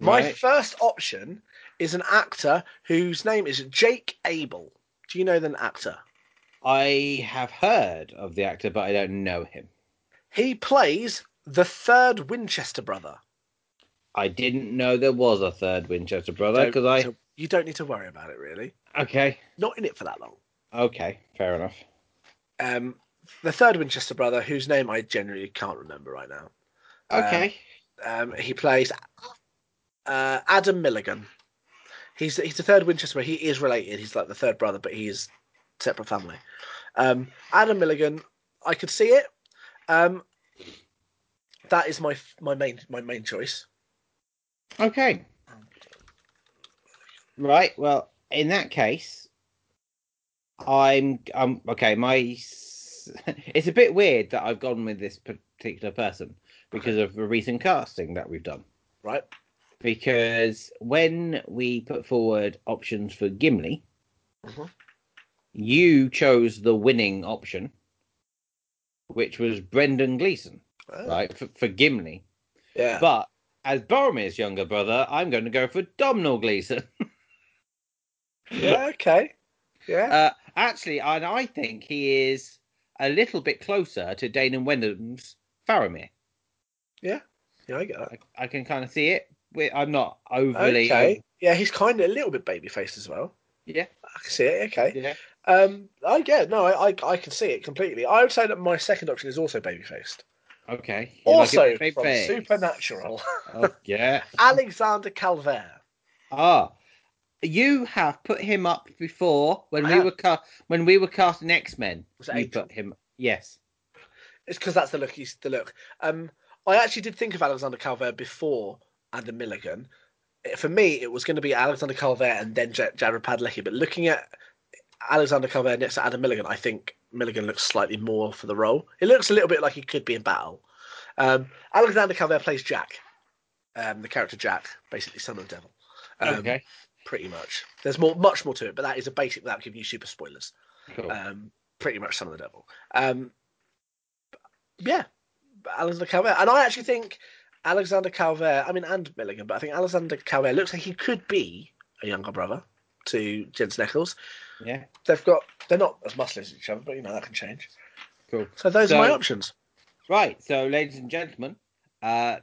S1: My
S2: Right.
S1: first option is an actor whose name is Jake Abel. Do you know the actor?
S2: I have heard of the actor, but I don't know him.
S1: He plays the third Winchester brother.
S2: I didn't know there was a third Winchester brother because I.
S1: So you don't need to worry about it really.
S2: Okay.
S1: Not in it for that long.
S2: Okay. Fair enough.
S1: Um, the third Winchester brother, whose name I generally can't remember right now. Um,
S2: Okay.
S1: Um, he plays uh, Adam Milligan. He's he's the third Winchester. Brother. He is related. He's like the third brother, but he is separate family. Um, Adam Milligan, I could see it. Um, that is my my main my main choice.
S2: okay. Right. Well, in that case, I'm. Um. Okay. My. s- It's a bit weird that I've gone with this particular person because of the recent casting that we've done.
S1: Right?
S2: because when we put forward options for Gimli,
S1: Mhm.
S2: you chose the winning option, which was Brendan Gleeson,
S1: Uh,
S2: right, for, for Gimli.
S1: Yeah.
S2: But as Boromir's younger brother, I'm going to go for Domhnall Gleeson.
S1: yeah. Okay. Yeah.
S2: Uh, actually, and I think he is a little bit closer to Danon Wenham's Faramir.
S1: yeah. I get that.
S2: I, I can kind of see it. We- I'm not overly.
S1: okay. Yeah, he's kind of a little bit baby faced as well.
S2: Yeah.
S1: I can see it. Okay.
S2: Yeah.
S1: Um, I yeah, no, I, I I can see it completely. I would say that my second option is also baby faced.
S2: Okay. You like it
S1: Also
S2: big
S1: from
S2: face.
S1: Supernatural,
S2: Oh, yeah.
S1: Alexander Calvert.
S2: Ah, you have put him up before when
S1: I
S2: we
S1: have.
S2: were ca- when we were casting X Men.
S1: Was it
S2: You
S1: April?
S2: put him. Yes.
S1: It's because that's the look. He's the look. Um, I actually did think of Alexander Calvert before Adam Milligan. It- For me, it was going to be Alexander Calvert and then J- Jared Padalecki. But looking at Alexander Calvert next to Adam Milligan, I think Milligan looks slightly more for the role. It looks a little bit like he could be in battle. Um, Alexander Calvert plays Jack, um, the character Jack, basically son of the devil. Um,
S2: okay.
S1: pretty much. There's more, much more to it, but that is a basic without giving you super spoilers.
S2: Cool.
S1: Um, pretty much Son of the Devil. Um, yeah, Alexander Calvert, and I actually think Alexander Calvert. I mean, and Milligan, but I think Alexander Calvert looks like he could be a younger brother to Jensen Eccles.
S2: yeah.
S1: They've got they're not as muscly as each other, but you know that can change.
S2: Cool.
S1: So those
S2: So-
S1: are my options.
S2: Right. So, ladies and gentlemen, uh,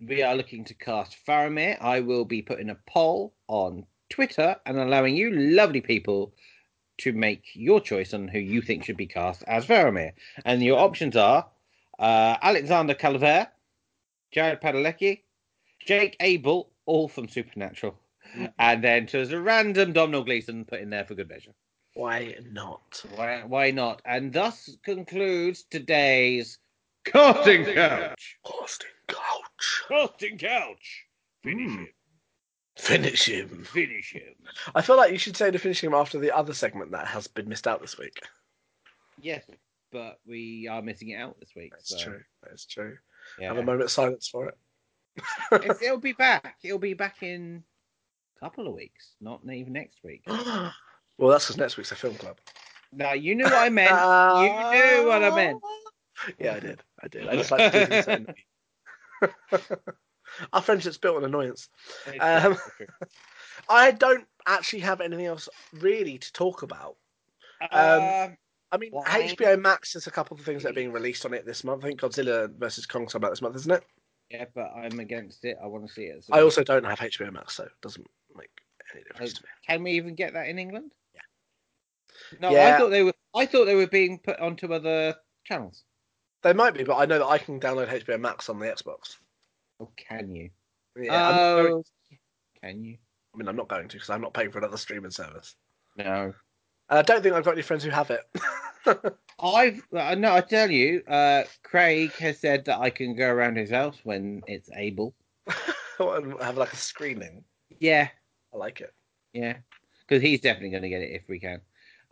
S2: we are looking to cast Faramir. I will be putting a poll on Twitter and allowing you lovely people to make your choice on who you think should be cast as Faramir. And your options are uh, Alexander Calvert, Jared Padalecki, Jake Abel, all from Supernatural. And then there's a random Domhnall Gleeson put in there for good measure.
S1: Why not?
S2: Why, why not? And thus concludes today's
S3: Casting Couch.
S1: Austin Couch,
S3: Casting Couch. Finish
S1: Hmm.
S3: him.
S1: finish him.
S3: Finish him.
S1: I feel like you should say the finishing him after the other segment that has been missed out this week.
S2: Yes, but we are missing it out this week.
S1: That's
S2: so,
S1: true. That's true.
S2: Yeah.
S1: Have a moment of silence for it.
S2: It's- it'll be back. It'll be back in a couple of weeks, not even next week.
S1: well, that's because next week's a film club.
S2: Now you knew what I meant. you knew what I meant.
S1: Yeah, I did. I did. I just like to do things that annoy me. Our friendship's built on annoyance. Um, I don't actually have anything else really to talk about.
S2: Um,
S1: I mean,
S2: Why?
S1: HBO Max has a couple of things that are being released on it this month. I think Godzilla versus Kong's about this month, isn't it?
S2: yeah, but I'm against it. I want to see it.
S1: I also don't have HBO Max, so it doesn't make any difference to me.
S2: Can we even get that in England? Yeah. No, I
S1: Yeah.
S2: thought they were. I thought they were being put onto other channels.
S1: They might be, but I know that I can download HBO Max on the Xbox.
S2: Or Oh, can you?
S1: Yeah, I'm not very-
S2: Oh, Can you?
S1: I mean, I'm not going to because I'm not paying for another streaming service.
S2: No.
S1: And I don't think I've got any friends who have it.
S2: I've uh, no. I tell you, uh, Craig has said that I can go around his house when it's able.
S1: And have like a screening.
S2: Yeah,
S1: I like it.
S2: yeah. Because he's definitely going to get it if we can.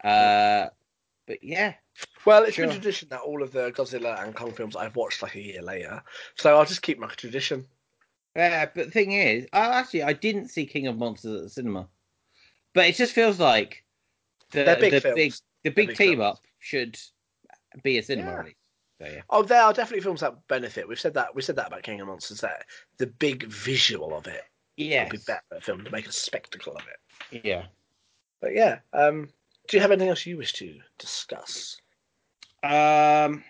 S2: Uh, but yeah,
S1: Well, it's been
S2: Sure.
S1: tradition that all of the Godzilla and Kong films I've watched like a year later, so I'll just keep my tradition.
S2: Yeah, Uh, but the thing is, I actually I didn't see King of Monsters at the cinema, but it just feels like the
S1: They're big
S2: the
S1: films.
S2: big the big,
S1: big
S2: team
S1: films.
S2: up should be a cinema
S1: Yeah.
S2: release. So yeah,
S1: Oh, there are definitely films that benefit. We've said that. We said that about King of Monsters. That the big visual of it
S2: yeah,
S1: would be better for a film to make a spectacle of it.
S2: yeah.
S1: But yeah, um, do you have anything else you wish to discuss?
S2: Um,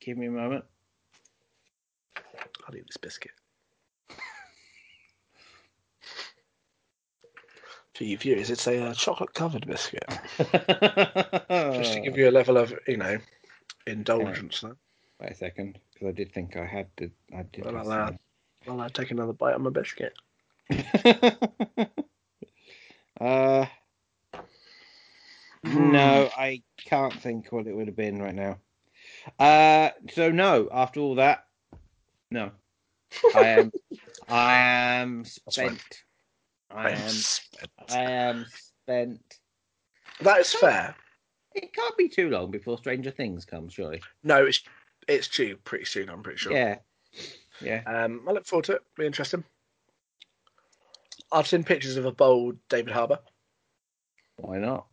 S2: give me a moment.
S1: I'll eat this biscuit. For you viewers, it's a uh, chocolate covered biscuit. Just to give you a level of, you know, indulgence. huh?
S2: Wait a second, because I did think I had the I did.
S1: Well,
S2: have
S1: I'll, uh, Well, I'll take another bite of my biscuit.
S2: some. uh,
S1: Hmm.
S2: no, I can't think what it would have been right now. Uh, so no, after all that, no, I am, I am
S1: fine.
S2: spent. I am, I am spent.
S1: That is fair.
S2: It can't be too long before Stranger Things comes, surely.
S1: No, it's it's due pretty soon. I'm pretty sure.
S2: Yeah. Yeah.
S1: Um, I look forward to it. Be interesting. I've seen pictures of a bold David Harbour.
S2: Why not?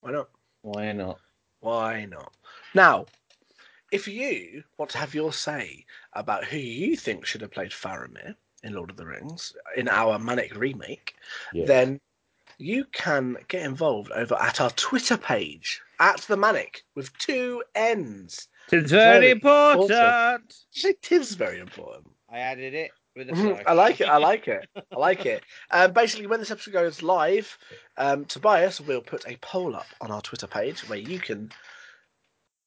S1: Why not?
S2: Why not?
S1: Why not? Now, if you want to have your say about who you think should have played Faramir in Lord of the Rings in our Manic remake,
S2: Yeah.
S1: then you can get involved over at our Twitter page at the Manic with two N's.
S2: It's
S1: Very
S2: very important.
S1: It is very important.
S2: I added it with a
S1: Mhm,
S2: flag.
S1: I like it. I like it. I like it. Um, basically, when this episode goes live, um, Tobias will put a poll up on our Twitter page where you can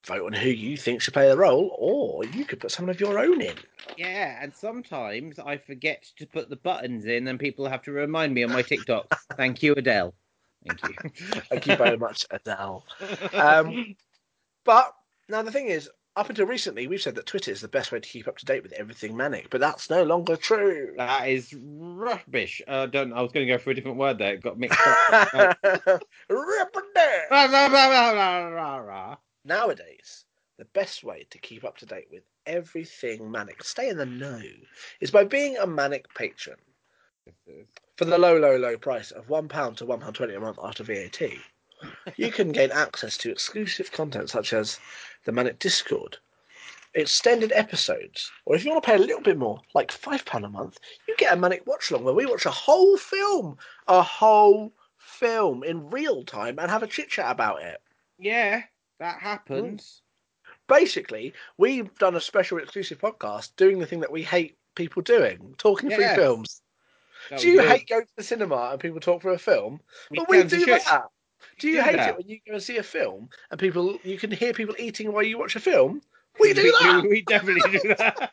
S1: vote on who you think should play the role, or you could put someone of your own in.
S2: Yeah, and sometimes I forget to put the buttons in, and people have to remind me on my TikTok. Thank you, Adele. Thank you.
S1: Thank you very much, Adele. Um, but now the thing is, up until recently, we've said that Twitter is the best way to keep up to date with everything manic, but that's no longer true.
S2: That is rubbish. I don't. I was going to go for a different word there. It got mixed up.
S1: Rip-a-dip.
S2: yeah,
S1: Nowadays, the best way to keep up to date with everything manic, stay in the know, is by being a manic patron for the low, low, low price of £1 to £1.20 a month after VAT. You can gain access to exclusive content such as the Manic Discord, extended episodes, or if you want to pay a little bit more, like £5 a month, you get a Manic Watch Along where we watch a whole film, a whole film in real time and have a chit chat about it.
S2: that happens.
S1: basically, we've done a special exclusive podcast doing the thing that we hate people doing, talking through
S2: Yes.
S1: films.
S2: That
S1: do you
S2: was
S1: hate going to the cinema and people talk through a film?
S2: good.
S1: Well, we
S2: can
S1: do
S2: shit.
S1: that. Do you
S2: do
S1: hate
S2: that.
S1: it when you go and see a film and people you can hear people eating while you watch a film? We do that.
S2: We, definitely do that.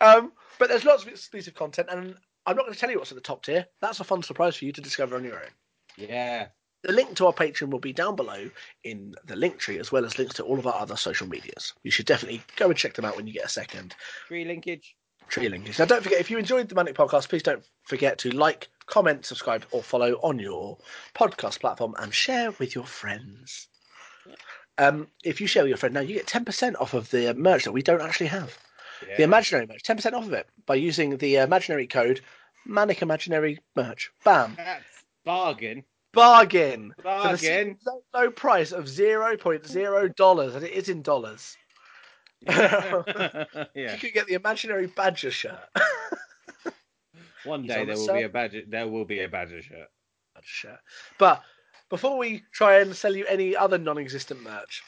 S1: Um, but there's lots of exclusive content, and I'm not going to tell you what's at the top tier. That's a fun surprise for you to discover on your own.
S2: yeah.
S1: The link to our Patreon will be down below in the link tree, as well as links to all of our other social medias. You should definitely go and check them out when you get a second.
S2: Tree linkage.
S1: tree linkage. Now, don't forget if you enjoyed the Manic Podcast, please don't forget to like, comment, subscribe, or follow on your podcast platform and share with your friends. Um, if you share with your friend now, you get ten percent off of the merch that we don't actually have. The
S2: Yeah.
S1: imaginary merch, ten percent off of it by using the uh, imaginary code Manic Imaginary Merch. Bam,
S2: That's bargain.
S1: bargain. For the
S2: Bargain.
S1: low, low price of zero point zero dollars, and it is in dollars.
S2: yeah.
S1: You could get the imaginary badger shirt.
S2: One
S1: He's
S2: day
S1: on the
S2: there will
S1: sub.
S2: be a badger. There will be a badger shirt.
S1: That's shit. But before we try and sell you any other non existent merch,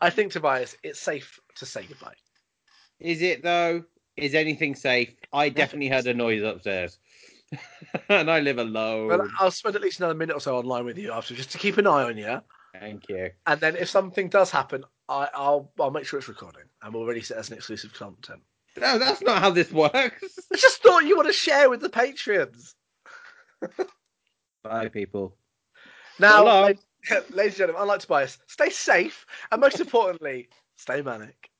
S1: I think, Tobias, it's safe to say goodbye.
S2: Is it though? Is anything safe? I definitely heard a noise upstairs, and I live alone.
S1: Well, I'll spend at least another minute or so online with you after just to keep an eye on you.
S2: Thank you.
S1: And then if something does happen, I, I'll, I'll make sure it's recording and we'll release it as an exclusive content.
S2: No, that's not how this works.
S1: It's just thought you want to share with the Patreons.
S2: Bye, people.
S1: Now,
S2: Hello.
S1: ladies and gentlemen, unlike Tobias, stay safe and most importantly, stay manic.